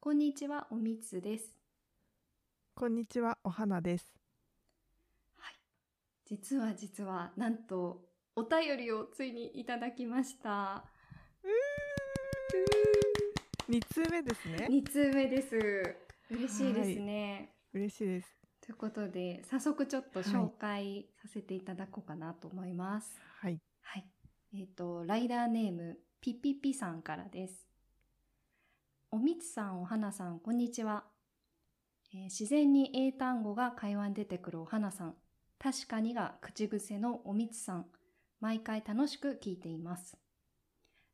こんにちは、おみつです。こんにちは、お花です。実は実は、なんと、お便りをついにいただきました。二通目ですね。 2通目です。嬉しいですね。嬉しいです。ということで、早速ちょっと紹介させていただこうかなと思います。はい、はい。えっ、と、ライダーネーム、ピピピさんからです。おみつさん、おはなさん、こんにちは。えー自然に英単語が会話に出てくるおはなさん。確かにが口癖のおみつさん。毎回楽しく聞いています。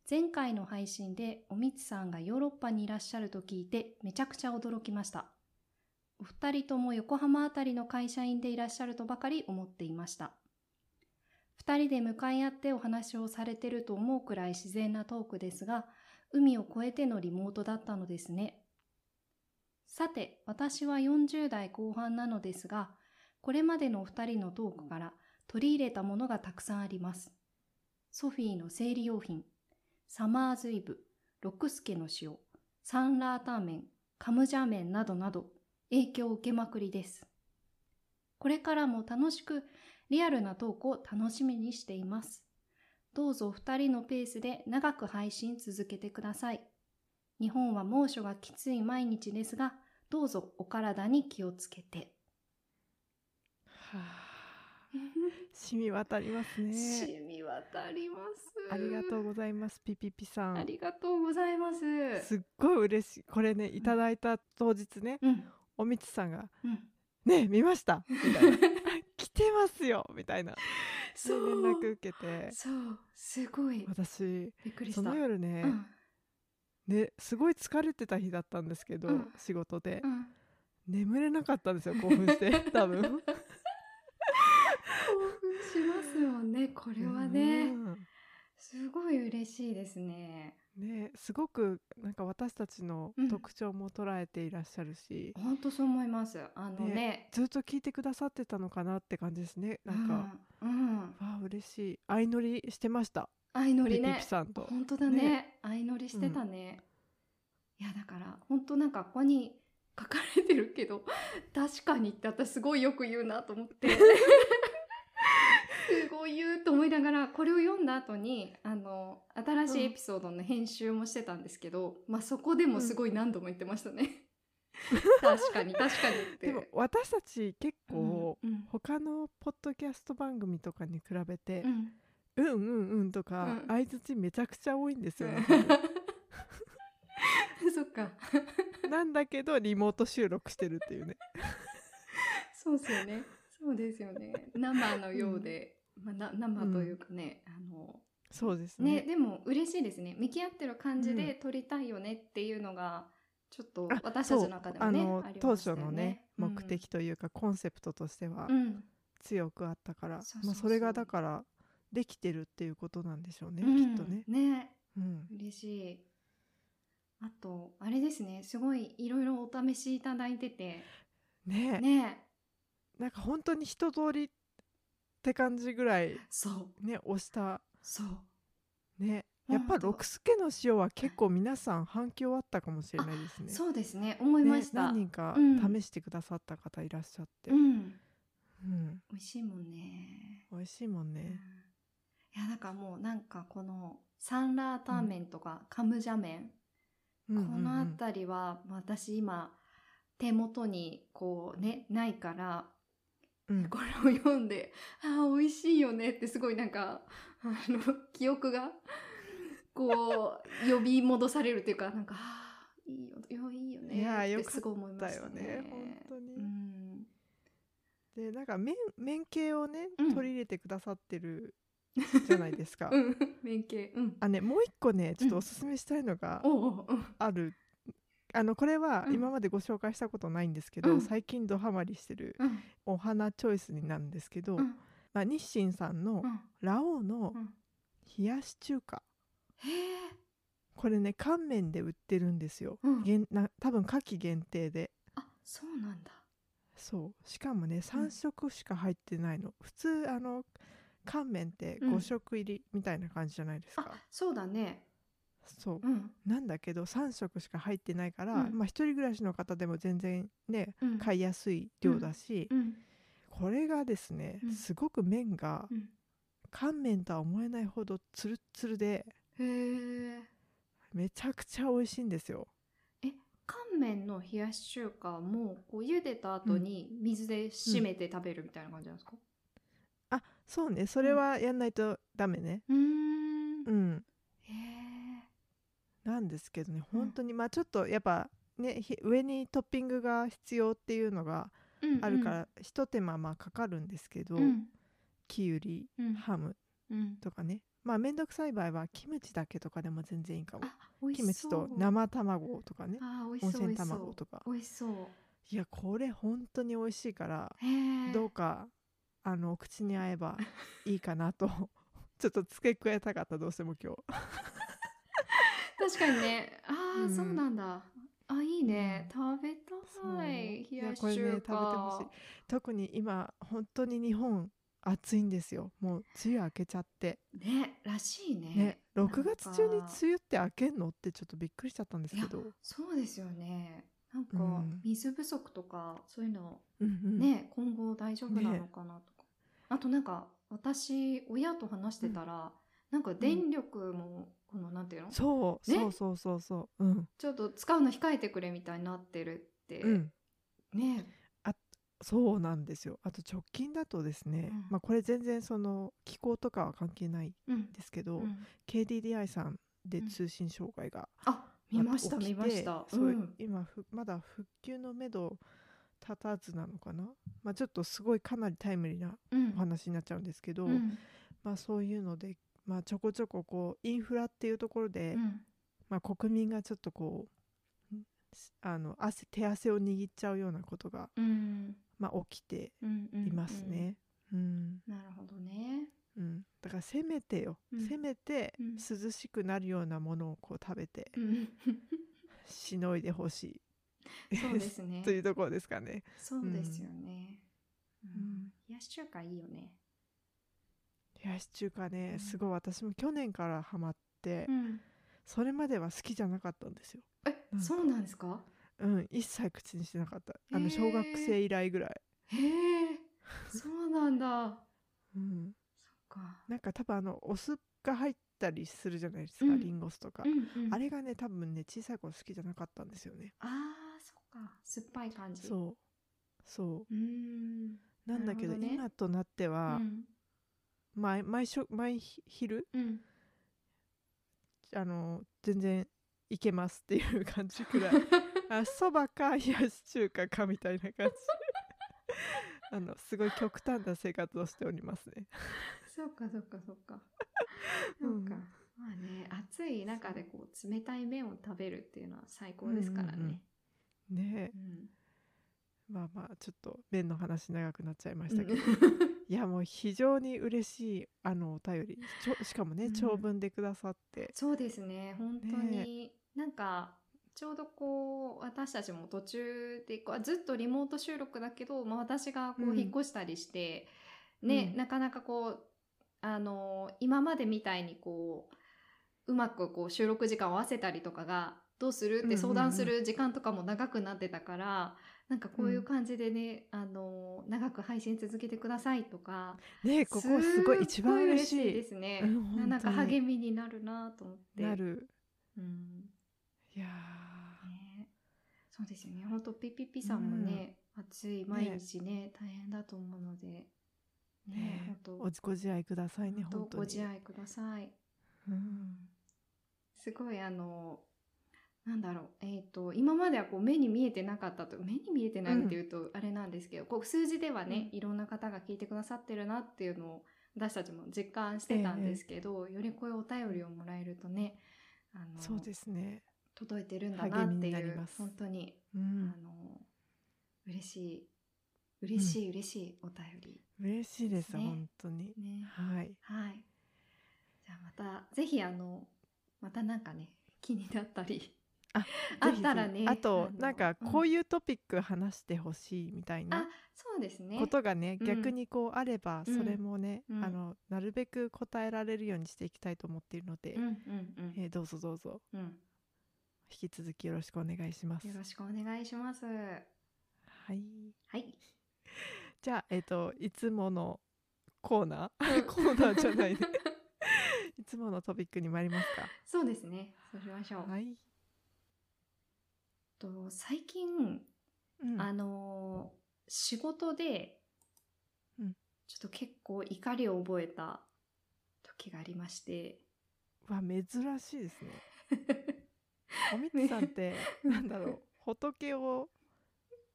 前回の配信でおみつさんがヨーロッパにいらっしゃると聞いてめちゃくちゃ驚きました。お二人とも横浜あたりの会社員でいらっしゃるとばかり思っていました。二人で向かい合ってお話をされてると思うくらい自然なトークですが、海を越えてのリモートだったのですね。さて、私は40代後半なのですが、これまでのお二人のトークから取り入れたものがたくさんあります。ソフィーの生理用品、サマーズイブ、ロクスケの塩、サンラータンメン、カムジャーメンなどなど影響を受けまくりです。これからも楽しくリアルなトークを楽しみにしています。どうぞお二人のペースで長く配信続けてください。日本は猛暑がきつい毎日ですが、どうぞお体に気をつけて。はあ、染み渡りますね。染み渡ります。ありがとうう。ございます、ピピピさあん。りがとうございます。すっごい嬉しい。これね、いただいた当日ね、うん、おみつさんが、うん。ねえ、見ましたみたいな。 来てますよみたいな。でそ連う。絡受けて、そう、すごい。私、びっくりそした。のうん、夜ねう、ん、ね、すごい疲れてた日だったんですけど、うん仕事で。眠れなかったんですよ、興奮して。 多分。興奮しますよね。これはねう。んすごい嬉しいですね。ね、すごくなんか私たちのうん特徴も捉えていらっしゃるし、本当そう思います。あのね、ずっと聞いてくださってたのかなって感じですねなんか、わうん、うん、あ嬉しい相乗りしてました相乗ピりピねピ。さんと、本当だねね相乗りしてたね、いやだから本当なんかここに書かれてるけど 確かにって私すごいよく言うなと思って すごい言うと思いながらこれを読んだ後にあの新しいエピソードの編集もしてたんですけど、まあそこでもすごい何度も言ってましたね、確かに確かにってでも私たち結構、うんうん他のポッドキャスト番組とかに比べてう、んうん、うんうんとかうん相づちめちゃくちゃ多いんですよね、 そっか なんだけどリモート収録してるっていうねそうですよね。そうですよね。生のようで、まあ、な生というかね、あのそうですねねでも嬉しいですね。向き合ってる感じでう撮りたいよねっていうのがちょっとあ私たちの中でもねそうあのあり当ました初よのね、目的。というかコンセプトとしては、うん、うん強くあったからそうまそうあ、そうそれがだからできてるっていうことなんでしょうね、うんきっとね。ねうん、嬉しい。あとあれですね。すごいいろいろお試しいただいててねえねなんか本当に一通りって感じぐらいそうね押したそうねうんやっぱ本当六助の塩は結構皆さん反響あったかもしれないですね。そうですね。思いまねした。何人かうん試してくださった方いらっしゃって、うんうん美味しいもんね。美味しいもんうんね。いやだからもうなんかこのサンラータンメンとかカムジャ麺、うんうんこうんの辺りはまあ私今手元にこうねないからうんこれを読んで「あー美味しいよね」ってすごいなんかあの記憶がこう呼び戻されるというかなんか「あーいいよよいいよいね」やーっよてすかったよねごい思いましたね。本当にうんでなんか麺麺系をね、うん取り入れてくださってるじゃないで すか。うん、免許、うん、あねもう一個ねちょっとおすすめしたいのが、おうおううんあるあのこれはうん今までご紹介したことないんですけど、うん最近ドハマりしてるうんお花チョイスになるんですけど、うんまあ、日清さんのうんラオウのうん冷やし中華へえこれね乾麺で売ってるんですよ、うん限な多分夏季限定であそうなんだそうしかもね3色しか入ってないの、普通あの乾麺ってうん5色入りみたいな感じじゃないですか、あそうだねそううんなんだけど3食しか入ってないから、うんまあ一人暮らしの方でも全然ねうん買いやすい量だし、うんこれがですね、うんすごく麺がうん乾麺とは思えないほどツルッツルでへえめちゃくちゃ美味しいんですよ。乾麺の冷やし中華もこう茹でた後に水で締めて食べるみたいな感じなんですかあそうねそれはやんないとダメね。うーんうん、へえなんですけどねうん本当に、まあちょっとやっぱねひ上にトッピングが必要っていうのがあるから、ひと手間まあかかるんですけど、うんきゅうりうんハムうんとかねまあ面倒くさい場合はキムチだけとかでも全然いいかもあ美味キしそうムチと生卵とかねあー美味し温そう美泉味しそ卵うとか美味しそういやこれ本当に美味しいからへえどうかあのお口に合 えばいいかなと ちょっと付け加えたかったどうしても今日確かにねああ、うんそうなんだあいいね、食べそうたいい冷ややしこれね中華食べてほしい特に今本当に日本暑いんですよもう梅雨明けちゃってねらしいねね6なんか月中に梅雨って明けんのってちょっとびっくりしちゃったんですけどいやそうですよねなんかうん水不足とかそういうのうんうんね、今後大丈夫なのねかなとか、あとなんか私親と話してたら、なんか電力もこのなんていうの、そうねそうそうそうそううんちょっと使うの控えてくれみたいになってるって、うんねそうなんですよあと直近だとですね、うんまあこれ全然その気候とかは関係ないんうん、ですけど、うん KDDI さんでうん通信障害が、あ見ました起き見まてしたそう、ん今ふまだ復旧のめど立たずなのかな、まあ、ちょっとすごいかなりタイムリーなうんお話になっちゃうんですけど、うんまあそういうので、まあ、ちょこちょここうインフラっていうところで、うんまあ、国民がちょっとこうんあの汗手汗を握っちゃうようなことが、うんまあ、起きてうんうんいますね。うんなるほどねうん、だからせめてよ、うんせめてうん涼しくなるようなものをこう食べてうん しのいでほしい、そうですね というところですかね。そうですよね、うんうん冷やし中華いいよね冷やし中華ね、うんすごい私も去年からハマって、うんそれまでは好きじゃなかったんですよ。えなんかそうなんですかうん、一切口にしてなかった。あへのー小学生以来ぐらい。へえそうなんだうん、かなんか多分あのお酢が入ったりするじゃないですか、うんリンゴ酢とか、うんうんあれがね多分ね小さい頃好きじゃなかったんですよね。あーそっか酸っぱい感じうそうそうーんうなんだけどなるほどね今となってうは、ん毎毎食毎ひ昼うんあの全然いけますっていう感 じくらいあそばか冷やし中華かみたいな感じ あのすごい極端な生活をしておりますね。そうかそうかそう かうなんんか、まあね暑い中でこう冷たい麺を食べるっていうのは最高ですからうんうんうんねねえうんまあまあちょっと麺の話長くなっちゃいましたけど、 いうやもう非常に嬉しいあのお便りちょしかもうねん長文でくださって、そうですね本当に、なんかちょうどこう私たちも途中でこうずっとリモート収録だけど、まあ、私がこううん引っ越したりして、ね、うんなかなかこうあの今までみたいにこううまくこう収録時間を合わせたりとかがどうするうんっうんうてん相談する時間とかも長くなってたから、なんかこういう感じでね、あの長く配信続けてくださいとかねえここすごい一番嬉しいですご嬉しいですね、うん本当になんか励みになるなと思ってなるうんいやね、そうですよね本当ピピピさんもね、暑い毎日ね大変だと思うのでーねねえ本当おじご自愛くださいね本本当当ごに自愛くださいうんすごいあのなんだろうえっ、と今まではこう目に見えてなかったと目に見えてないっていうとあれなんですけど、こう数字ではね、いろんな方が聞いてくださってるなっていうのを私たちも実感してたんですけど、よりこういうお便りをもらえるとねあのそうですね届いてるんだなっ励みてにいなりうます本当にうんあの嬉しい嬉しい嬉しいお便り、嬉しいですですね本当にねはいはいじゃあまたぜひあのまたなんかね気になったりあったらねあとあのなんかうんこういうトピック話してほしいみたいあなそうですねことがねうん逆にこうあればうんそれもね、うんあのなるべく答えられるようにしていきたいと思っているので、うんうんうんえーどうぞどうぞうん引き続きよろしくお願いしますよ。ろしくお願いしますははい、いじゃあ、えっといつものコーナ ーコーナーじゃないねいつものトピックに参りますか。そうですねそうしましょう、はい、と最近うんあのー仕事で、うんちょっと結構怒りを覚えた時がありまして、わ珍しいですね。おみつさんって、 なんだろう仏を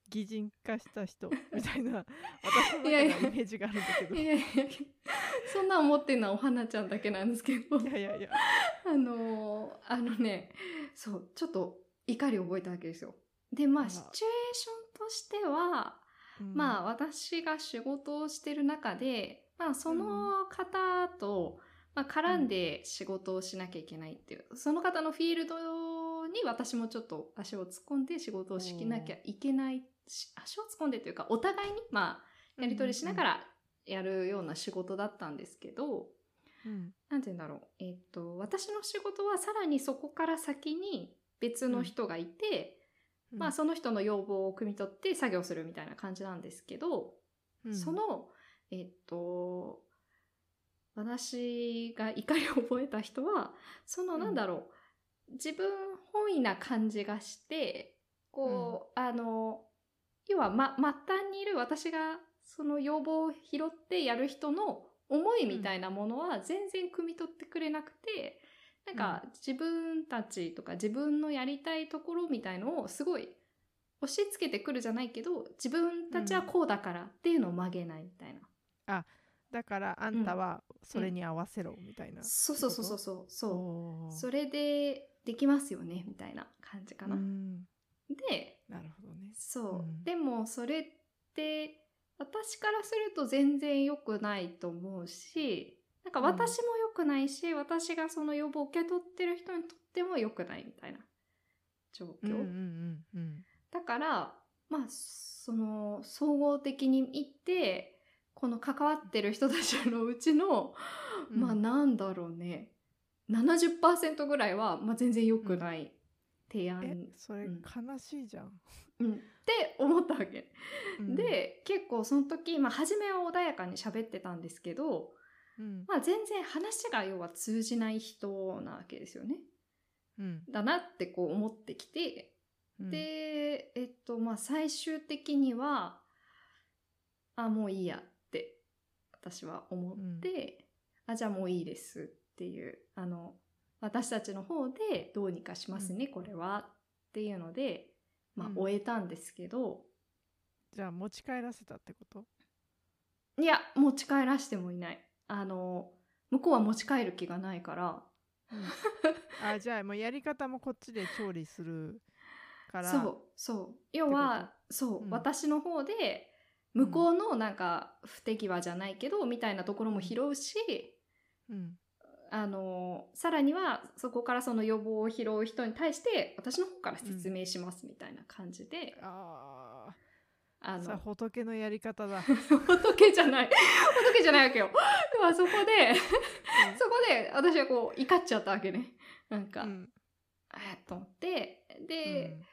擬人化した人みたい な私の中いでやはいイやメージがあるんだけど いやいやいやそんな思ってるのはお花ちゃんだけなんですけど、いやいやいやあのーあのね、そう、ちょっと怒りを覚えたわけですよ。で、まああ、らシチュエーションとしては、うんまあ、私が仕事をしてる中で、まあ、その方と、まあ、絡んで仕事をしなきゃいけないっていう、その方のフィールドに私もちょっと足を突っ込んで仕事をしなきゃいけないし、足を突っ込んでというか、お互いに、まあ、やり取りしなが、らやるような仕事だったんですけど、うんなんて言うんだろう、えっと、私の仕事はさらにそこから先に別の人がいて、うんまあその人の要望を汲み取って作業するみたいな感じなんですけど、うんその、えっと、私が怒りを覚えた人は、そのうんなんだろう、自分本位な感じがして、こう、あの、要は、ま、末端にいる私がその要望を拾ってやる人の思いみたいなものは全然汲み取ってくれなくて、なんか自分たちとか自分のやりたいところみたいのをすごい押し付けてくるじゃないけど自分たちはこうだからっていうのを曲げないみたいな、だからあんたはそれに合わせろみたいな、そうそうそうそうそうそおーうそれでできますよねみたいな感じかな、うんでなるほどねそう、うんでもそれって私からすると全然良くないと思うしなんか私も良くないし、私がその要望を受け取ってる人にとっても良くないみたいな状うん況、うんうんうんだからまあその総合的に見てこの関わってる人たちのうちの、うんまあなんだろうね70%ぐらいは、まあ、全然良くない提案、えそれうん悲しいじゃん、うんって思ったわけ。うん、で結構その時、まあ、初めは穏やかに喋ってたんですけど、うんまあ、全然話が要は通じない人なわけですよね。うんだなってこう思ってきてうんで、えっと、まあ、最終的には、あ、もういいやって、私は思って、あ、じゃあもういいですっていう、あの、私たちの方でどうにかしますね、これはっていうので、まあう、ん終えたんですけど、じゃあ持ち帰らせたってこといや、持ち帰らしてもいない。あの、向こうは持ち帰る気がないから、あじゃあもうやり方もこっちで調理するからそうそう要はそう、うん私の方で向こうのなんか不手際じゃないけどみたいなところも拾うし、うんあのさらにはそこからその予防を拾う人に対して私の方から説明しますみたいな感じで、あああさあの仏のやり方だ、 仏じゃない仏じゃないわけよ。でもそこでそこで私はこう怒っちゃったわけね。なんうか、んあーと思ってうで、ん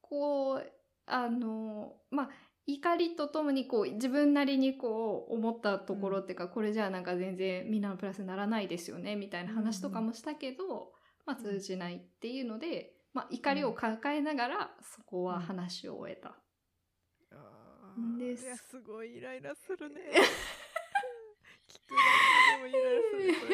こうあのまあ怒りとともにこう自分なりにこう思ったところっていうか、これじゃあなんか全然みんなのプラスにならないですよねみたいな話とかもしたけど、まあ、通じないっていうので、まあ、怒りを抱えながらそこは話を終えた。あーですいやすごいイライラ するね聞くだけでもイライラす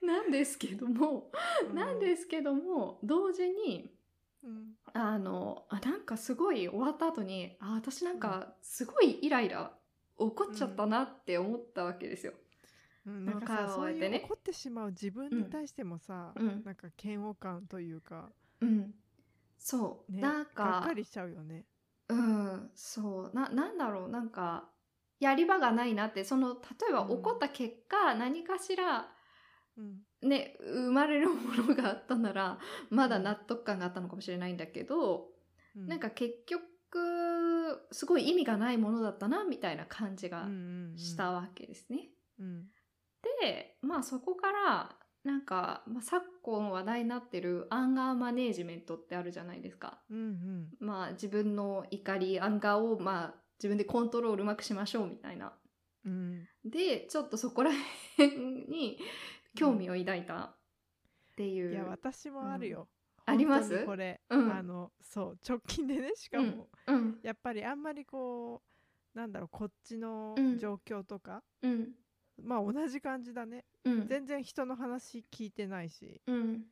るなんですけども、 それなんですけども同時にうんあのあなんかすごい終わった後にあ私なんかすごいイライラ怒っちゃったなって思ったわけですよ。うんなんかさ顔をそう終えていねう怒ってしまう自分に対してもさ、うんなんか嫌悪感というか、うん、そう、ね、なんかがっかりしちゃうよね。うんそうななんだろうなんかやり場がないなってその例えばうん起こった結果、何かしらうんね、生まれるものがあったなら、まだ納得感があったのかもしれないんだけど、うなんか結局、すごい意味がないものだったな、みたいな感じがし、たわけですね。うんうんうんで、まあそこから、なんか、まあ、昨今話題になってるアンガーマネージメントってあるじゃないですか。うんうんまあ自分の怒り、アンガーを、まあ自分でコントロールうまくしましょうみたいな。うんうんで、ちょっとそこら辺に興味を抱いたっていうう。んいや私もあるよ、あります本当にこれ、うんあのそう直近でねしかも、うん、やっぱりあんまりこうなんだろうこっちのうん状況とか、うん、まあ同じ感じだねうん、全然人の話聞いてないしうん、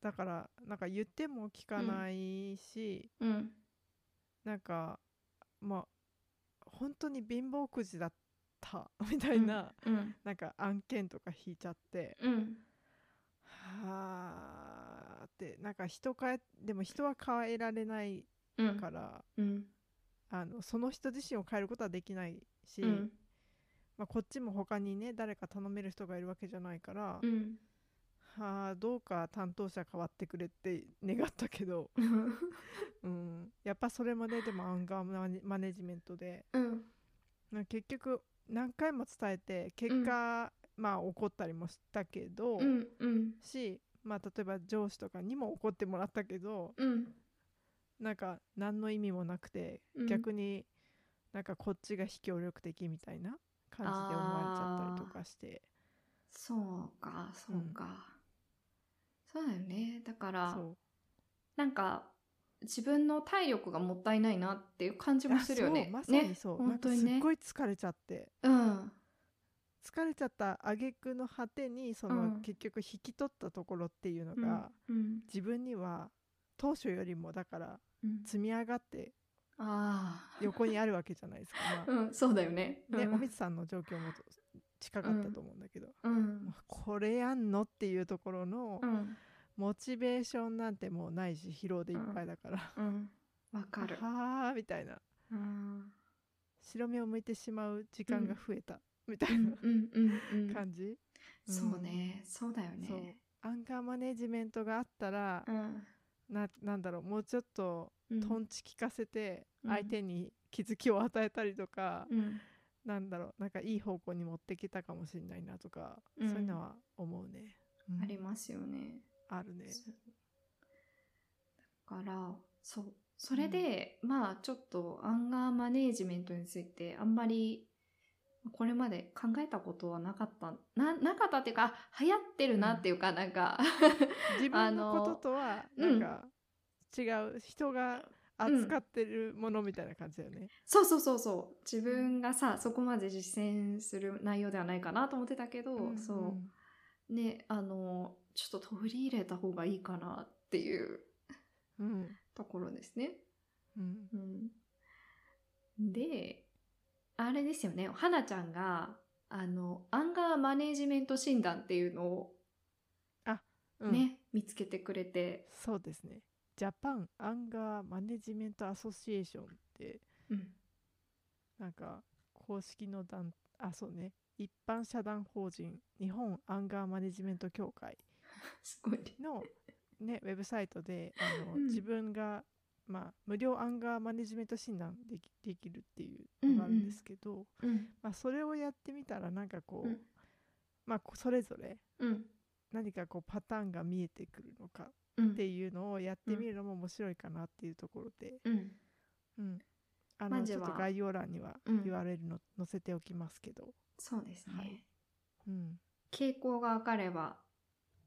だからなんか言っても聞かないし、うん、なんかまあ本当に貧乏くじだった みたいな、うん、なんか案件とか引いちゃってうん、はあってなんか人変えでも人は変えられないうん、から、うん、あのその人自身を変えることはできないし、うん、まあ、こっちも他にね誰か頼める人がいるわけじゃないから、うん、はあどうか担当者変わってくれって願ったけど、うん、やっぱそれまででもアンガーマネマネジメントでうん、なんか結局何回も伝えて結果、まあ怒ったりもしたけど、うん、うん、し、まあ、例えば上司とかにも怒ってもらったけどうん、なんか何の意味もなくて、うん逆になんかこっちが非協力的みたいな感じで思われちゃったりとかしてそうか、そうか。そうだよね。だから、そうなんか、自分の体力がもったいないなっていう感じもするよあねそう。まさにねそう、な本んか当すにっね。ごい疲れちゃってうん、疲れちゃった挙句の果てにそうのん結局引き取ったところっていうのうがん、、うん、自分には当初よりもだからうん積み上がってああ、横にあるわけじゃないですか、まあうん、そうだよね。ね、うんおみつさんの状況もと近かったと思うんだけど、うんま、あこれやんのっていうところのうん、モチベーションなんてもうないし疲労でいっぱいだから、。うん、わかるはあみたいなうん、白目を向いてしまう時間が増えた、みたいうん、うん、うんうんな感じ、うんそうね、そうだよそうね。アンガーマネジメントがあったら、うんななんだろうもうちょっとうんトンチ聞かせてうん相手に気づきを与えたりとか、うんなんだろうなんかいい方向に持ってきたかもしれないなとか、うんそういうのは思うね、うんありますよね。あるねそうだから、そう。それで、まあ、ちょっとアンガーマネージメントについて、あんまり、これまで考えたことはなかった、な、なかったっていうか、あ流行ってるなっていうか、なんか、 自分のこととはなのんか違う人が扱ってるものみたいな感じだよね、そうそうそうそう。自分がさ、そこまで実践する内容ではないかなと思ってたけど、んそう。ね、あの、ちょっと取り入れた方がいいかなっていううん、うんところですね。うんうん、で、あれですよね、はなちゃんが、あの、アンガーマネージメント診断っていうのをうんね、見つけてくれて、そうですねジャパンアンガーマネジメントアソシエーションってうん、なんか公式の団あそうね一般社団法人日本アンガーマネジメント協会すごい。の、ね、 ウェブサイトであの、うん自分が、まあ、無料アンガーマネジメント診断できできるっていうのがあるんですけど、うん、まあ、それをやってみたらなんかこう、うんまあ、こそれぞれうん、何かこうパターンが見えてくるのかうん、っていうのをやってみるのも面白いかなっていうところで、うん、うん、あまのずちょっとは概要欄にはうん URL の載せておきますけど、そうですね、はいうん、傾向が分かれば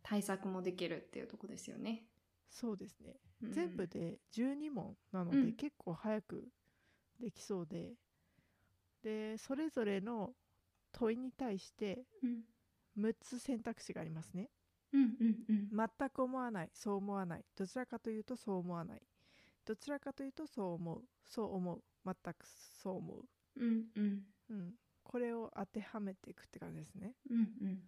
対策もできるっていうとこですよね。そうですね、うん全部で12問なので、うん結構早くできそうででそれぞれの問いに対してうん、 6つ選択肢がありますねうん、うん、うん、全く思わないそう思わないどちらかというとそう思わないどちらかというとそう思うそう思う全くそう思うん、うん、う、うん、これを当てはめていくって感じですねうん、うん。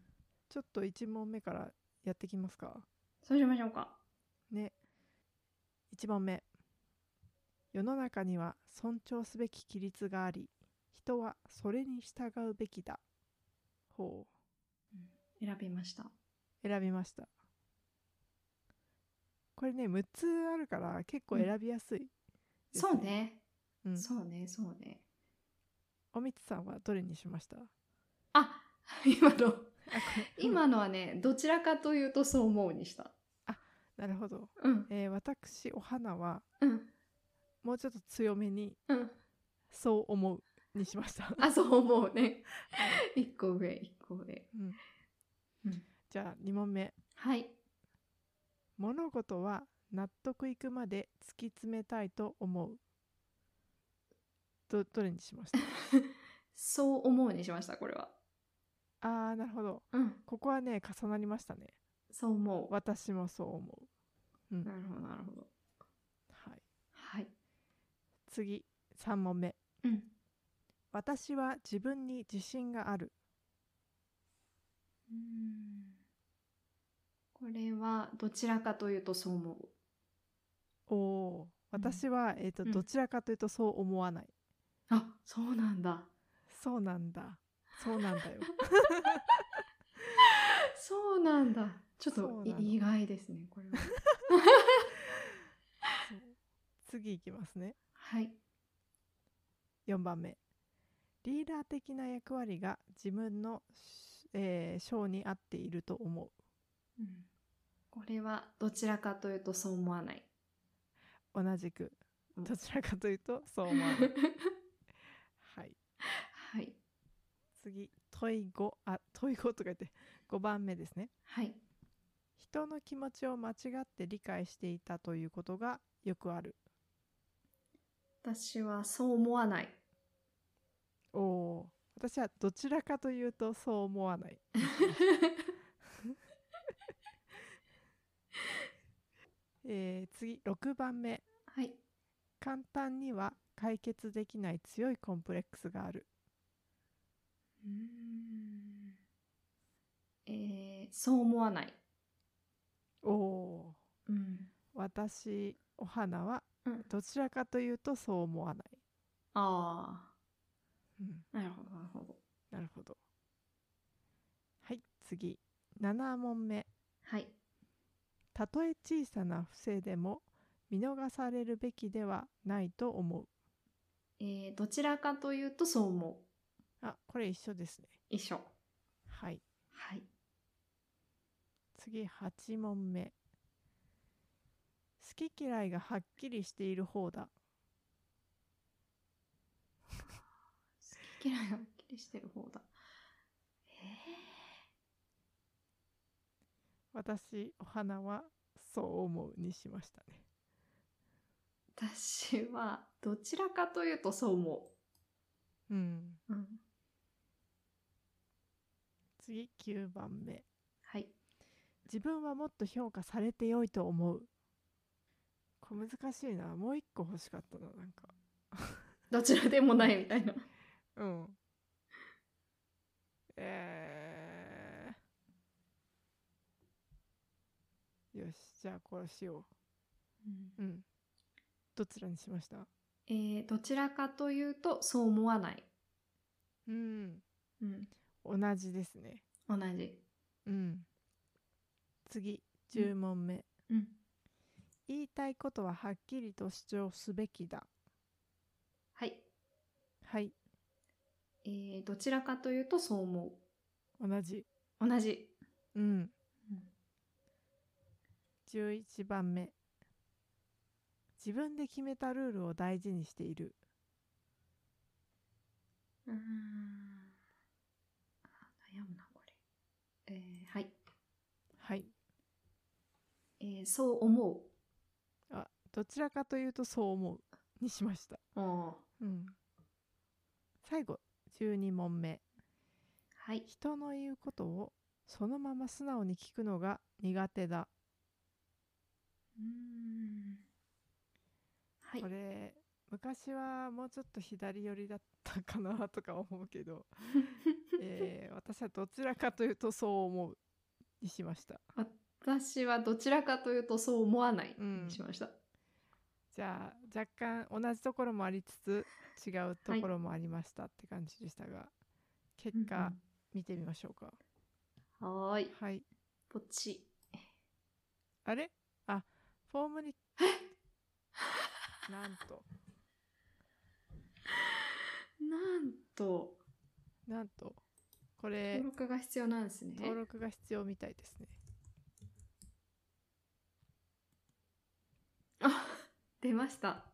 ちょっと1問目からやってきますかそうしましょうか。ね1問目世の中には尊重すべき規律があり人はそれに従うべきだほう選びました。選びましたこれね6つあるから結構選びやすいです、そうね。うんそうね、そうね。おみつさんはどれにしましたああ、 今の、これうん今のはね、どちらかというとそう思うにした。なるほど、うん、えー私お花はうん、もうちょっと強めにうん。そう思うにしました、あ、そう思うね。一個上、一個上。うんうん じゃあ2問目はい。物事は納得いくまで突き詰めたいと思うどどれにしま したそう思うにしました、これは。あーなるほどうん、ここはね重なりましたねそう思う。私もそう思うなるほど、なるほど。はいはい。次3問目うん。私は自分に自信があるうんこれはどちらかというとそう思う。おお私は、えーとうんどちらかというとそう思わないあ、そうなんだ。そうなんだそうな んだよそうなんだ。ちょっそうとなの意外ですね、これ は。そう次いきますねはい。 4番目リーダー的な役割が自分の、えー、章に合っていると思ううんこれはどちらかというとそう思わない。同じくうんどちらかというと そう思わない、 ははい、い。次問い5あ問い5とか言って5番目ですねはい。人の気持ちを間違って理解していたということがよくある私はそう思わ ない。おおー私はどちらかというとそう思わないえー次6番目はい。簡単には解決できない強いコンプレックスがあるうーんえーそう思わない。おおうん。私お花はうんどちらかというとそう思わない、あうん、あ。なるほど、なるほど。なるほどはい次7問目はい。たとえ小さな不正でも見逃されるべきではないと思うえーどちらかというとそう思う。あこれ一緒ですね一緒。はいはい。次8問目好き嫌いがはっきりしている方だ好き嫌いがはっきりしてる方だ。私お花はそう思うにしましたね私はどちらかというとそう思うんう。うん。次9番目はい。自分はもっと評価されてよいと思うこれ難しいなもう一個欲しかったななんかどちらでもないみたいな。うん。えー、よし、じゃあこれしよう。うん。どちらにしましたえーどちらかというとそう思わない。うん。うん。同じですね。同じ。うん。次、10問目。うん。言いたいことははっきりと主張すべきだ。はい。はい、えーどちらかというとそう思同じ。う。同じ。うん。うん11番目。自分で決めたルールを大事にしている。うーん。あ悩むな、これ。えーはい。はい。えーそう思あどちらかというとそう思うにしました、う。あうん、最後12問目はい。人の言うことをそのまま素直に聞くのが苦手だ、うん。はいこ。れ昔はもうちょっと左寄りだったかなとか思うけ ど、えー私はどちらかというとそう思うにしました私はどちらかというとそう思わないうんにしました。じゃあ若干同じところもありつつ違うところもありましたって感じでしたが、結うんうん果見てみましょうか、はーい。はいポチ。あれあフォームになんとなんと、なんとこれ登録が必要なんですね。登録が必要みたいですねあ、 出ました。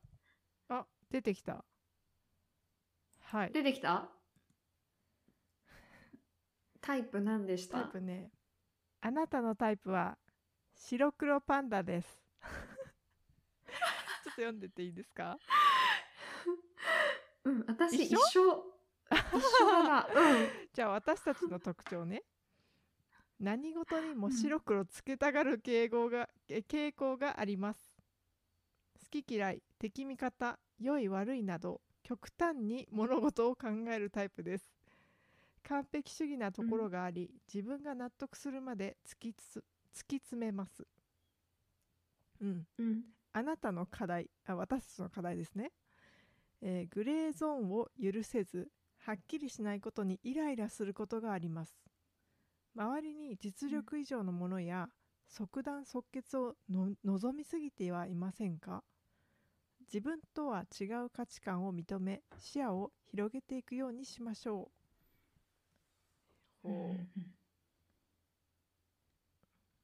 あ出てきたはい出てき たタイプ何でしタイたプねあなたのタイプは白黒パンダです ちょっと読んでていいですかうん、私一一緒緒。一緒 だな。うん。じゃあ私たちの特徴ね何事にも白黒つけたがる傾向が、え傾向があります好き嫌い敵味方良い悪いなど極端に物事を考えるタイプです完璧主義なところがあり、自分が納得するまで突きつ突き詰めますうんうん。あなたの課題あ私たちの課題ですね、えーグレーゾーンを許せずはっきりしないことにイライラすることがあります周りに実力以上のものや即断即決をの望みすぎてはいませんか自分とは違う価値観を認め視野を広げていくようにしましょう、ほう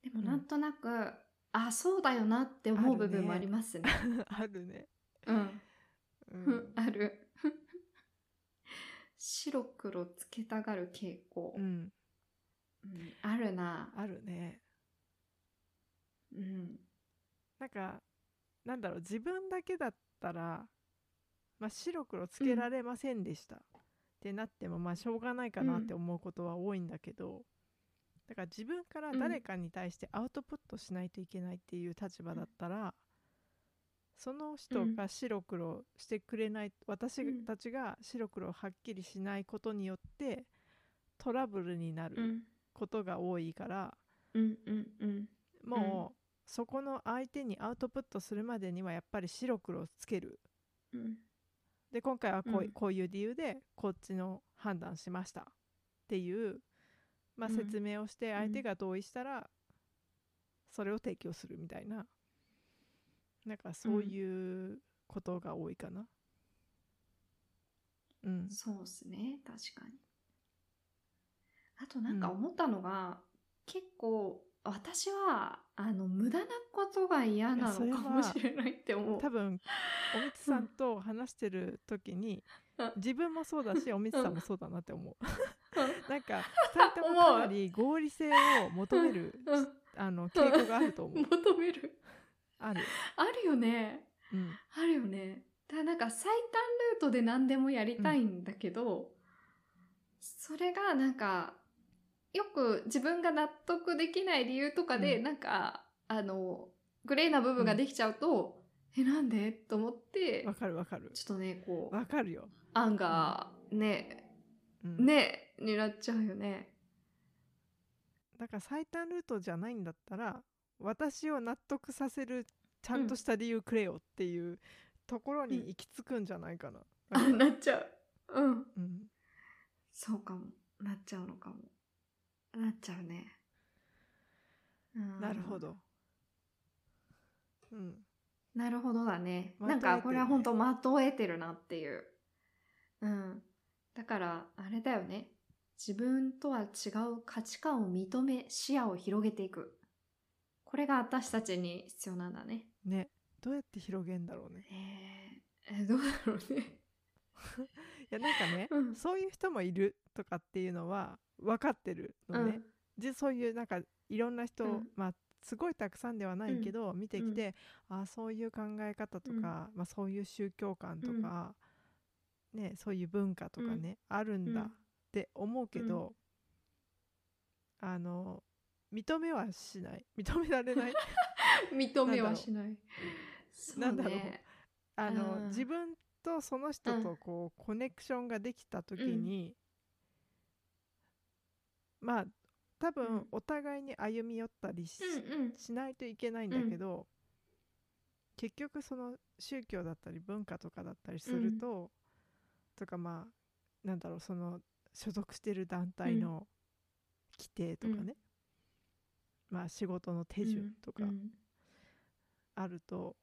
でもなんとなく、あ、そうだよなって思う部分もありますね。 あるね、うん。ううんん、ある。白黒つけたがる傾向。うん、うんあるな。あるねうん。なんかなんだろう自分だけだったら、まあ、白黒つけられませんでした、ってなってもまあしょうがないかなって思うことは多いんだけど、だから自分から誰かに対してアウトプットしないといけないっていう立場だったら、その人が白黒してくれない、私たちが白黒をはっきりしないことによってトラブルになうるん。ことが多いから、うんうんうん。もう、そこの相手にアウトプットするまでにはやっぱり白黒をつけるうん。で今回はこうう,、んこういう理由でこっちの判断しましたっていう、まあ、うん説明をしてん相手が同意したらそれを提供するみたいななんかそういうことが多いかな。うん、そうですね確かにあとなんか思ったのが、結構私はあの無駄なことが嫌なのいやかそれもはしれないって思う多分おみつさんと話してる時にうん自分もそうだしおみつさんもそうだなって思うなんか2人とも思うかなり合理性を求める うんあの傾向があると思う求めるある、あるよねうん、あるよねだからなんか最短ルートで何でもやりたいんだけど、それがなんかよく自分が納得できない理由とかで、うんなんかあのグレーな部分ができちゃうと、えなんでと思ってわかるわかるちょっとね、こう、わかるよ、アンガー、ね、うん、ね、になっちゃうよね。だから最短ルートじゃないんだったら私を納得させるちゃんとした理由くれよっていうところに行き着くんじゃないかな、あ、なんかなっちゃう。うん。うん、そうかも。なっちゃうのかも。なっちゃうね。うんなるほ。ど、うん、なるほどだね。まとえなてんるか、これは本当まとえてるなっていう。うん。だから、あれだよね。自分とは違う価値観を認め、視野を広げていく。これが私たちに必要なんだね。ねどうやって広げんだろうねえー、どうだろうね。いやなんかねうんそういう人もいるとかっていうのは分かってるのね、でそういうなんかいろんな人、うんまあすごいたくさんではないけど、見てきて、ああそういう考え方とか、うんまあ、そういう宗教観とか、ね、そういう文化とかね、あるんだうっんて思うけど、あの認めはしない 認めら れないうん、認めはしない。そうねなんだろうあの、うん自分とその人うとこう、コネクションができた時に、まあ多う分んお互いに歩み寄ったりし,、うんうんしないといけないんだけど、結局その宗教だったり文化とかだったりすると、とかまあなんだろうその所属してる団体の規定とかね、まあ仕事の手順とかうんあると、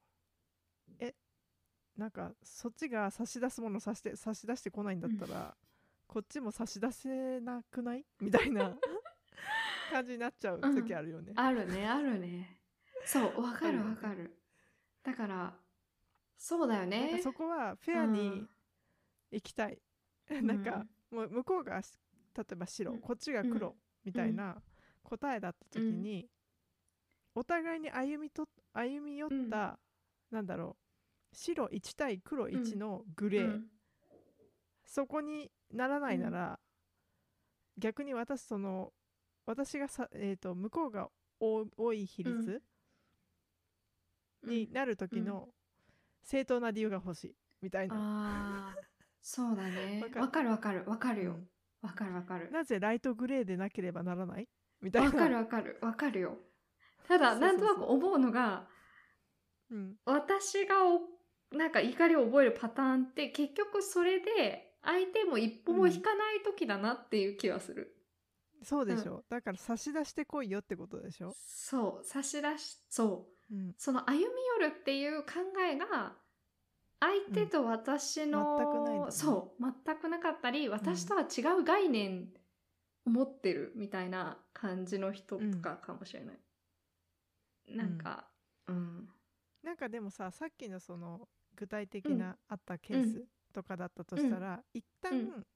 えなんかそっちが差し出すもの差して差し出してこないんだったら、こっちも差し出せなくないみたいな感じになっちゃう時あるよね。あるねあるねそうわかるわかるだからそうだよなんねかそこはフェアに行きたい、 なんかもう向こうがし例えば白、うんこっちがうん黒みたいな答えだった時に、お互いに歩みと歩み寄った、なんだろう白1対黒1のグレー、うんそこにならないなら、逆に私その私がさ、えー、と向こうが多多い比率うんになる時の正当な理由が欲しいみたいあな。ーそうだね わかるわかるわかるわかるようんわかるわか るなぜライトグレーでなければならないみたいな。わかるわかるわかるよただそうそうなそんうとなく思うのがうん、私がおなんか怒りを覚えるパターンって結局それで相手も一歩も引かない時だなっていう気はする、そうでしょ、だから差し出してこいよってことでしょ、そう差し出しそううん、その歩み寄るっていう考えが相手と私の、全くないんだねそう全くなかったり私とは違う概念を持ってるみたいな感じの人とかかもしれない、なんかうんなんかでもささっきのその具体的なあったケーうスとかだったとしたら、一旦、うん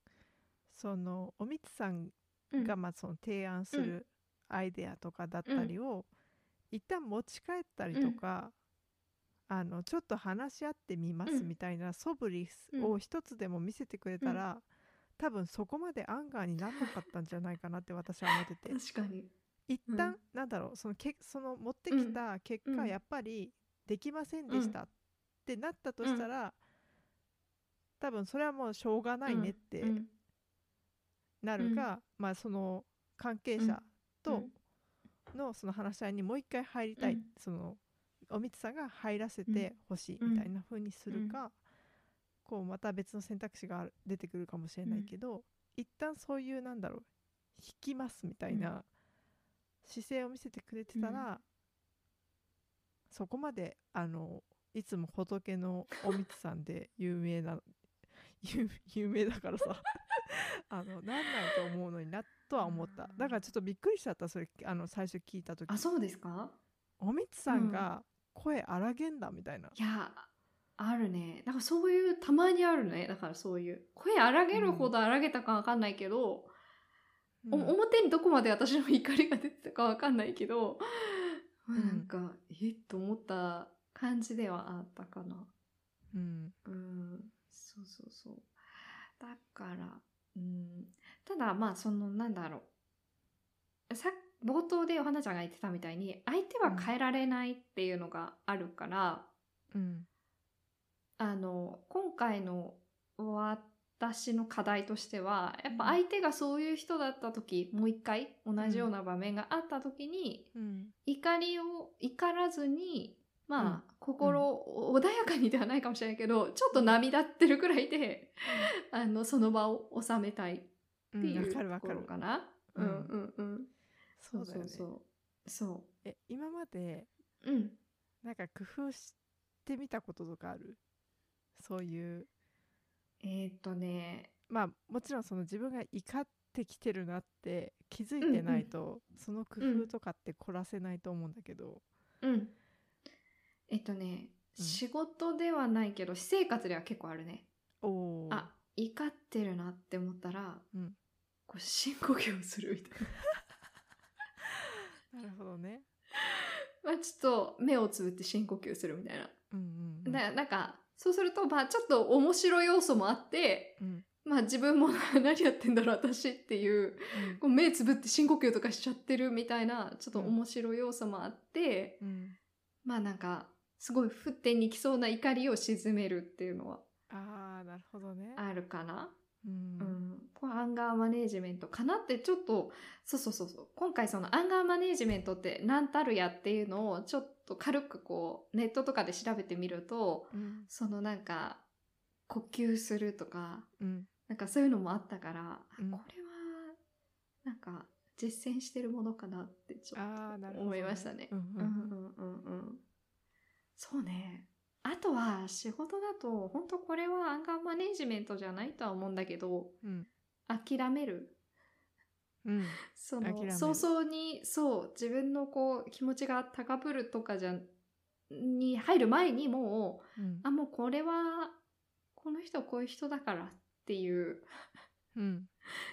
そのおみつさんうんがまあその提案するアイデアとかだったりを、一旦持ち帰ったりとか、あのちょっと話し合ってみますうんみたいな素振りすうんを一つでも見せてくれたら、多分そこまでアンガーにならなかったんじゃないかなって私は思ってて 確かに一旦、うんなんだろうそのけその持ってきた結果、うんやっぱりできませんでしたってなったとしたら、多分それはもうしょうがないねってうんうんなるか、まあその関係者うとんのその話し合いにもう一回入りたい、うんそのおみつさんが入らせてほしいうんみたいな風にするか、こうまた別の選択肢がある出てくるかもしれないけど、一旦そういうなんだろう引きますみたいな姿勢を見せてくれてたら、そこまであのいつも仏のおみつさんで有名な有有名だからさあのなんないと思うのになとは思っただからちょっとびっくりしちゃったそれあの最初聞いた時あそうですかおみつさんが声荒げんだみたいな、いやあるねだからそういうたまにあるねだからそういう声荒げるほど荒げたかわかんないけど、おうん表にどこまで私の怒りが出てたかわかんないけど、んなんかえっと思った感じではあったかなうんうんそうそうそうだからうんただまあそのなんだろうさ冒頭でお花ちゃんが言ってたみたいに相手は変えられないっていうのがあるから、うんあの今回の私の課題としてはやっぱ相手がそういう人だった時、もう一回同じような場面があった時に、うん怒りを怒らずにまあ、う心穏やかにではないかもしれないけどちょっと涙ってるくらいで、あのその場を収めたいってうんいわうかるとわこかろるかな。ううんんうんうんそうだよねそうそうえ今までそううんなんか工夫してみたこととかあるそういうえーっとねまあもちろんその自分が怒ってきてるなって気づいてないと、その工夫とかって凝らせないと思うんだけど、うん。えっとね、うん仕事ではないけど、私生活では結構あるね。おおあ、怒ってるなって思ったら、うんこう深呼吸をするみたいなるほどねな。 まあちょっと目をつぶって深呼吸するみたいな。うんうんうんだなんか、そうすると、まあちょっと面白い要素もあって、うんまあ自分も 何やってんだろう私っていう、こう目つぶって深呼吸とかしちゃってるみたいな、ちょっと面白い要素もあって、うんうんまあなんか、すごい沸点に来そうな怒りを鎮めるっていうのはああなるほどねあるかな。うんうん、これアンガーマネージメントかなってちょっとそうそうそうそう今回そのアンガーマネージメントって何たるやっていうのをちょっと軽くこうネットとかで調べてみるとうんそのなんか呼吸するとかうんなんかそういうのもあったから、あうんこれはなんか実践してるものかなってちょああっなるとほど、思いましたねう。んううんうんんうんうんそうね。あとは仕事だと本当これはアンガーマネジメントじゃないとは思うんだけどうん諦めるうんそ諦めのる早々にそう自分のこう気持ちが高ぶるとかじゃに入る前にもううんあもうこれはこの人こういう人だからっていう うん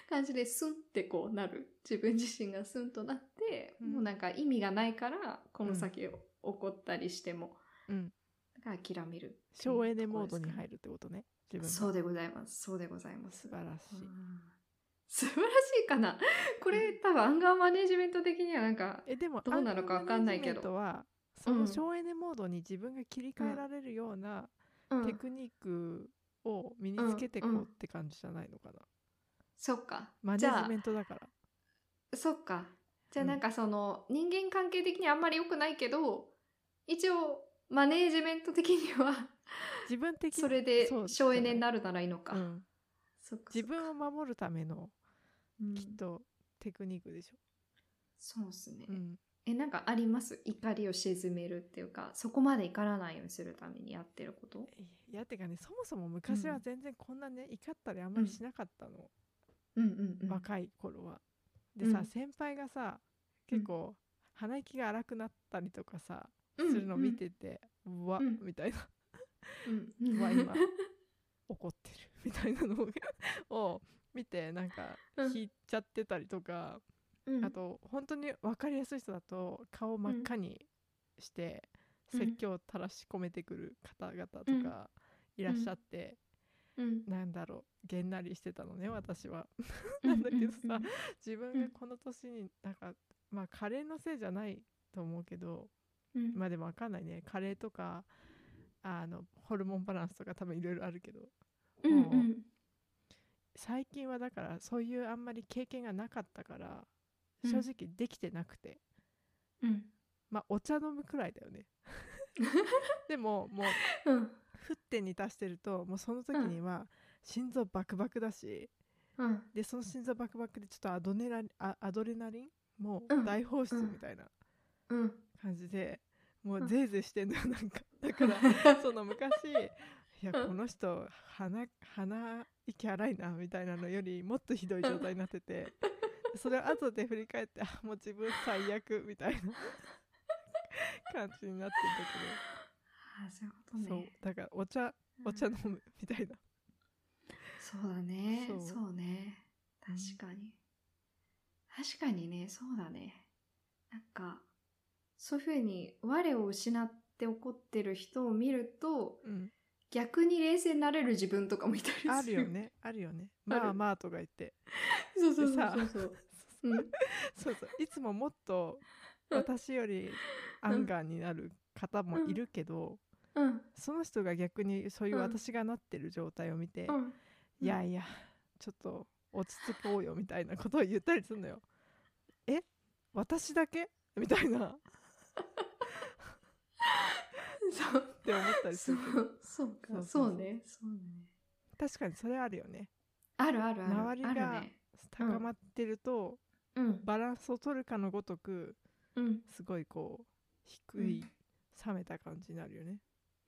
感じでスンってこうなる自分自身がスンとなって、うんもうなんか意味がないからこの先起こったりしても、うんだから諦めるっていう省エネモーところドでにすかね入るってことね自分がそうでございますそうでございます素晴らしい、うん素晴らしいかなこれ多分アンガーマネジメント的にはなんかえでもどうなのかわかんないけどアンガーマネジメントはその省エネモードに自分が切り替えられるようなうんテクニックを身につけてこうんうんうって感じじゃないのかな、そっかマネじジゃメントだからあそっかじゃあうんなんかその、人間関係的にあんまり良くないけど一応マネージメント的には自分的にそれでそうじゃ省ないエネになるならいいのか、うんそっか自分そっをか守るためのうんきっとテクニックでしょ、そうですね、うんえなんかあります怒りを鎮めるっていうかそこまで怒らないようにするためにやってることいやてかねそもそも昔は全然こんなね怒ったりあんまりしなかったの、うんうんうん若い頃は。でさ、うん先輩がさ結構鼻息が荒くなったりとかさ、うんするの見てて、うわ、うんみたいなうんうんう わ今怒ってるみたいなのをを見てなんかうん引いちゃってたりとか、うんあと本当に分かりやすい人だと顔真っ赤にして、うん説教を垂らし込めてくる方々とうんかいらっしゃって、うんなんだろうげんなりしてたのね私は。 なんだけどさうんうんうん自分うがんこの年になんかまあカレーのせいじゃないと思うけどうんまあでもわかんないねカレーとかあのホルモンバランスとか多分いろいろあるけどうんもううん最近はだからそういうあんまり経験がなかったからうん正直できてなくて、うんまあお茶飲むくらいだ よねでももううん沸点に達してるともうその時には心臓バクバクだしうんでその心臓バクバクでちょっとアドネラあアドレナリンもうんう大放出うんみたいなうん感じでもうんうぜいぜいしてんのよ なんかだから その昔いやうんこの人鼻鼻息荒いなみたいなのよりもっとひどい状態になってて それを後で振り返ってあもう自分最悪み たいな感じになってあーそういうことんだけど、そうねだからお茶お茶飲むみたいなそうだねそうそうねうん確かに、確かにねそうだねなんかそういうふうに我を失って怒ってる人を見ると うん、逆に冷静になれる自分とかもいたりするあるよねあるよねあるまあまあとか言って そうそうそうでさそうそううん そうそういつももっと私よりアンガーになる方もいるけど、うんその人が逆にそういううん私がなってる状態を見て、うんい やいやちょっと落ち着こうよみたいなことを言ったりするのよ。 え私だけみたいなっそうて思ったりすそるけどうそうそかうそうそそううねそうね確かにそれあるよね。あるあるある周りがあるね高まってると、うんバランスを取るかのごとくうんすごいこう低い、冷めた感じになるよね。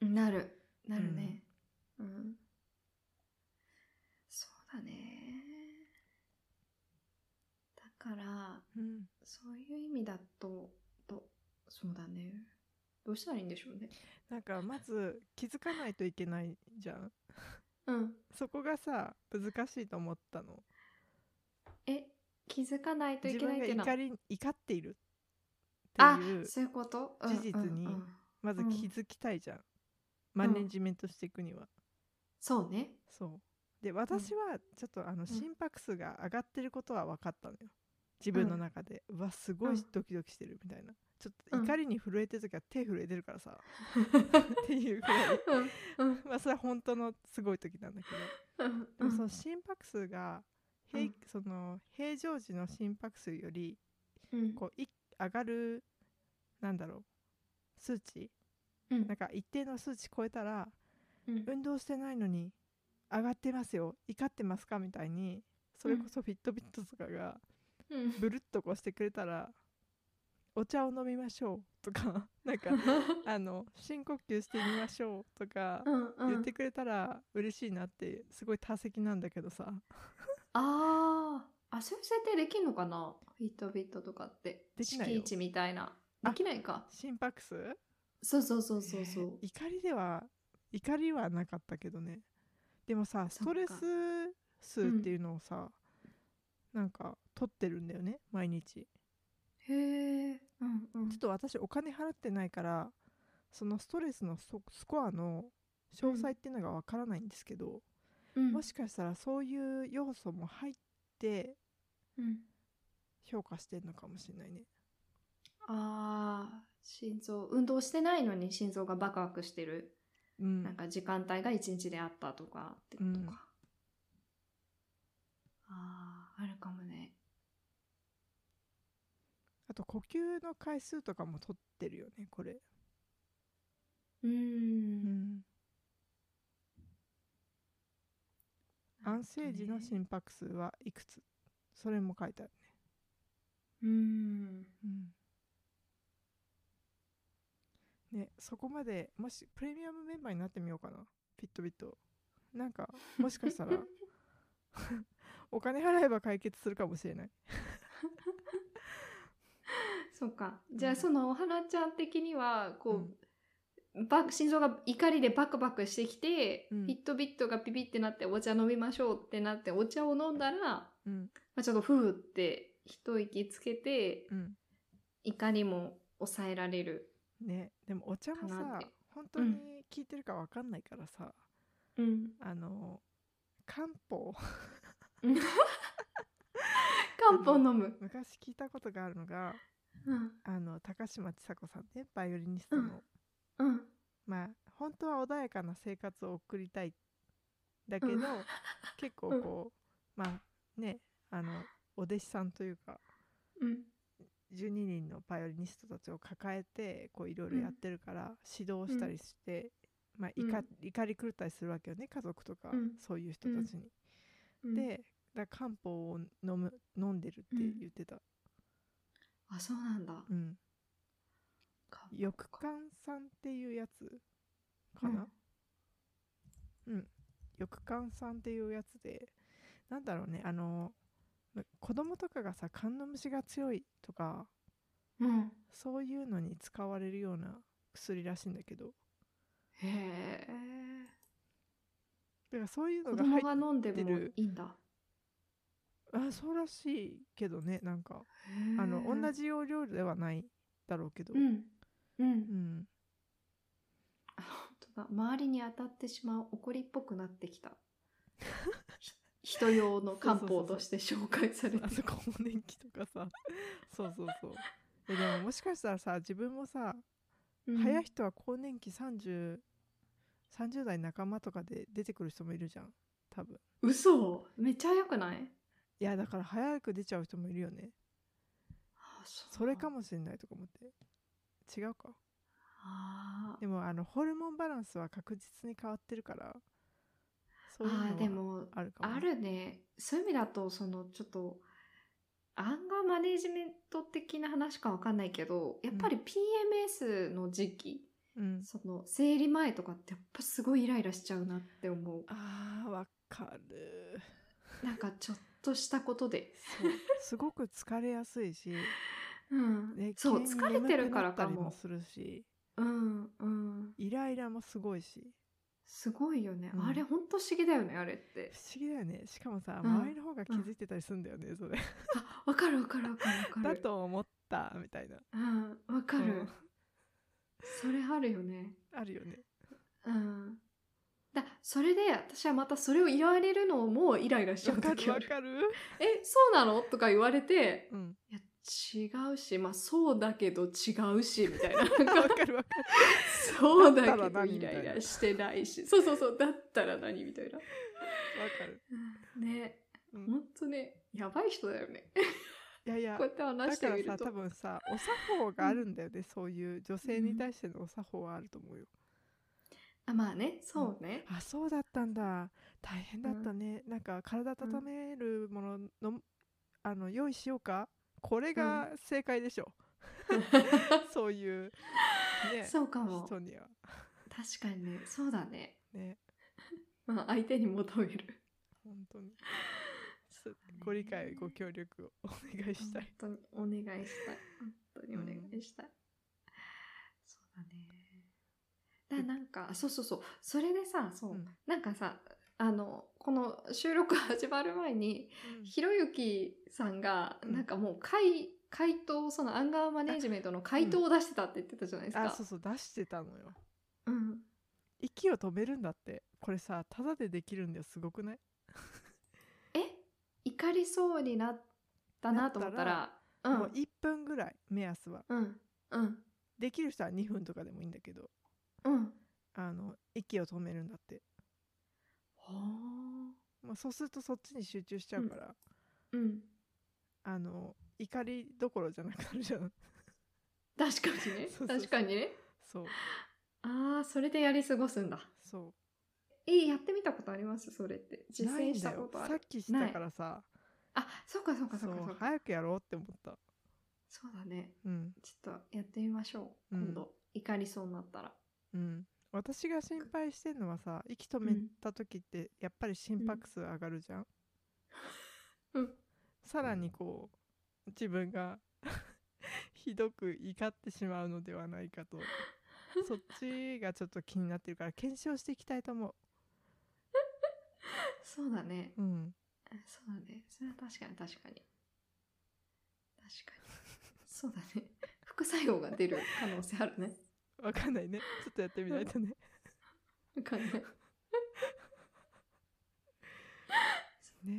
なるなるねうん、そうだねだからうん、そういう意味だととそうだねどうしたらいいんでしょうねなんかまず気づかないといけないじゃん。うんそこがさ難しいと思ったの。え気づかないとい自けな分いっていがうのは怒り怒っているっあていうそういうこと事う実にんうんうんまずうん気づきたいじゃん、マネジメントしていくには、そう ねそうで私はちょっとあの心拍数が上がってることは分かったのよ自分の中で、うわすごういんドキドキしてるみたいなちょっうとん怒りに震えてる時は手震えてるか らさ、っていうくらい うんうんまあそれは本当のすごい時なんだけどうんでもその心拍数が平,、うんその平常時の心拍数よりうんこうい上がるなんだろう数値うんなんか一定の数値超えたらうん運動してないのに上がってますよ怒ってますかみたいにそれこそフィットビットとかがうんブルッとこうしてくれたら「お茶を飲みましょう」とか なんかあの深呼吸してみましょうとかうんうん言ってくれたら嬉しいなってすごい多責なんだけどさあーあそういう設定できんのかなフィットビットとかってできないよ敷地みたいなあできないか心拍数そうそうそうそうそう怒りでは怒りはなかったけどねでもさそスっトかレス数っていうのをさ、なんか取ってるんだよね毎日へえうんうんちょっと私お金払ってないからそのストレスのそスコアの詳細っていうのがわからないんですけど、うんもしかしたらそういう要素も入ってうん評価してるのかもしれないねあー心臓運動してないのに心臓がバクバクしてる、うんなんか時間帯が1日であったとかってことか、うんあーあるかもねあと呼吸の回数とかも取ってるよねこれうーうんん安静時の心拍数はいくつそれも書いてあるね、うーんうん、ねそこまでもしプレミアムメンバーになってみようかなピットビットなんかもしかしたら お金払えば解決するかもしれないそうかんじゃあそのお花ちゃん的にはこう、うんバク心臓が怒りでバクバクしてきて、うんフィットビットがピピってなってお茶飲みましょうってなってお茶を飲んだら、まうんあ、ちょっとふーって一息つけてうん怒りも抑えられる、ねでもお茶もかなっさて本当うんに効いてるかわかんないからさ、うん、あの漢方 漢方飲む、昔聞いたことがあるのがうんあの高嶋ちさ子さんねバイオリニストの、うんうん、まあ本当は穏やかな生活を送りたいだけど、うん結構こう、まあねあのお弟子さんというかうん、 12人のバイオリニストたちを抱えてこういろいろやってるから指導したりして、まあ、うん怒怒り狂ったりするわけよね家族とか、うんそういう人たちに。うん、でだから漢方を飲む飲んでるって言ってた、あそうなんだ、うん漢方翼漢さんっていうやつかな、翼漢さんっていうやつでなんだろうねあのま子供とかがさカンの虫が強いとかうん、うんそういうのに使われるような薬らしいんだけどへえだからそういうの子が入供っが飲んで入もってるいいんだあそうらしいけどねなんかへーあの同じ要領ではないだろうけど、うんうん、うんあ本当だ周りに当たってしまう怒りっぽくなって きたひ人用の漢方として紹介されてあそこ更年期とかさそうそうそうえでももしかしたらさ自分もさ、うん早い人は更年期3030代半ばとかで出てくる人もいるじゃん多分嘘めっちゃ早くないいやだから早く出ちゃう人もいるよねあそうそれかもしれないとか思って違うかあーでもあのホルモンバランスは確実に変わってるからそういうのあーではもあるかもねあるねそういう意味だとそのちょっとアンガーマネジメント的な話かわかんないけどやっぱり PMS の時期、うんその生理前とかってやっぱすごいイライラしちゃうなって思うあーわかるなんかちょっとしたことでそうすごく疲れやすいしうん、ね そう急に疲れてるからか眠くなもったりするしうんうんイライラもすごいしすごいよね、うんあれほんと不思議だよねあれって不思議だよねしかもさ、うん周りの方が気づいてたりするんだよね、それあわかるわかるわかるわかるだと思ったみたいなうんわかる、うんそれあるよねある よねうんだそれで私はまたそれを言われるのもイライラしちゃわうか時るあわるかる「えそうなの?」とか言われてうん「いや違うしまあそうだけど違うし」みたいな なんわかかるわかるそうだだけったらど何イみたラいなイラしてないしそうそうそうだったら何みたいなわかる、ねうんほんとねやばい人だよねいやいこやうやって話だしてからみるさと多分さお作法があるんだよね、そういう女性に対してのお作法はあると思うよ、あまあねそうね、あそうだったんだ大変だったね、なんか体温めるもののあの用意しようかこれが正解で しょ、そういう、ね、そうかも人には確かにねそうだねねまあ相手に求める本当 にちょっとご理解ご協力をお願いしたい、本当にお願いしたい本当にお願いしたい、そうだねだなんかそうそうそうそれでさそう、うんなんかさあのこの収録始まる前にうんひろゆきさんがうんなんかもう回回答そのアンガーマネジメントの回答を出してたって言ってたじゃないですか、あそうそう出してたのようん息を止めるんだってこれさタダでできるんだよすごくないえ怒りそうになったなと思ったらもう1分ぐらい目安はうんうんうんできる人は2分とかでもいいんだけどうんあの息を止めるんだって、ほーまあ、そうするとそっちに集中しちゃうから、うんあの怒りどころじゃなくなるじゃん 確かに ねそうそうそう確かにねそうああそれでやり過ごすんだそえーやってみたことありますそれってう実ない践んしただこよとあさっるきしたからさあそうかそうかそそうかそううか早くやろうって思ったそうだねうんちょっとやってみましょう、うん今度怒りそうになったらうん私が心配してんのはさ息止めた時ってやっぱり心拍数上がるじゃん、うんさらにこう自分が ひどく怒ってしまうのではないかとそっちがちょっと気になってるから検証していきたいと思そうだねううんそうだねそれは確かに確かに確かにそうだね副作用が出る可能性あるねわかんないねちょっとやってみないとねわかんないね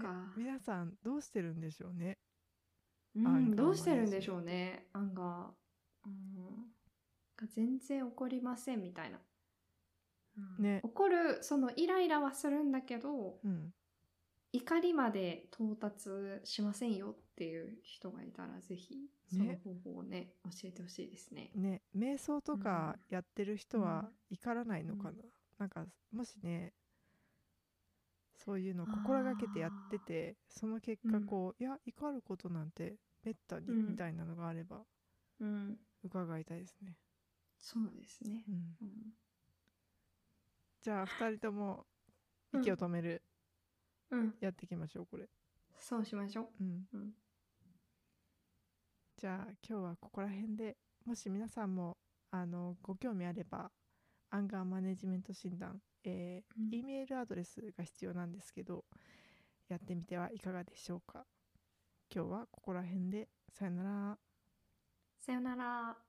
か皆さんどうしてるんでしょうねうアンガーマネジメンん、トどうしてるんでしょうね、アンガー。うん、全然怒りませんみたいな。うんね怒る、そのイライラはするんだけど、うん怒りまで到達しませんよっていう人がいたら、ぜひ、そのね方法をね、教えてほしいですね。ね瞑想とかやってる人は怒らないのかな、うんなんかもしねそういうのを心がけてやっててその結果こう、いや怒ることなんてめったにうんみたいなのがあればうん、伺いたいですね、そうですね。うんうん、じゃあ2人ともうん息を止める、うん、やっていきましょうこれ、そうしましょう。うん、うん、じゃあ今日はここら辺でもし皆さんもあのご興味あればアンガーマネジメント診断、えーうん E メールアドレスが必要なんですけどやってみてはいかがでしょうか今日はここら辺でさよならさよなら。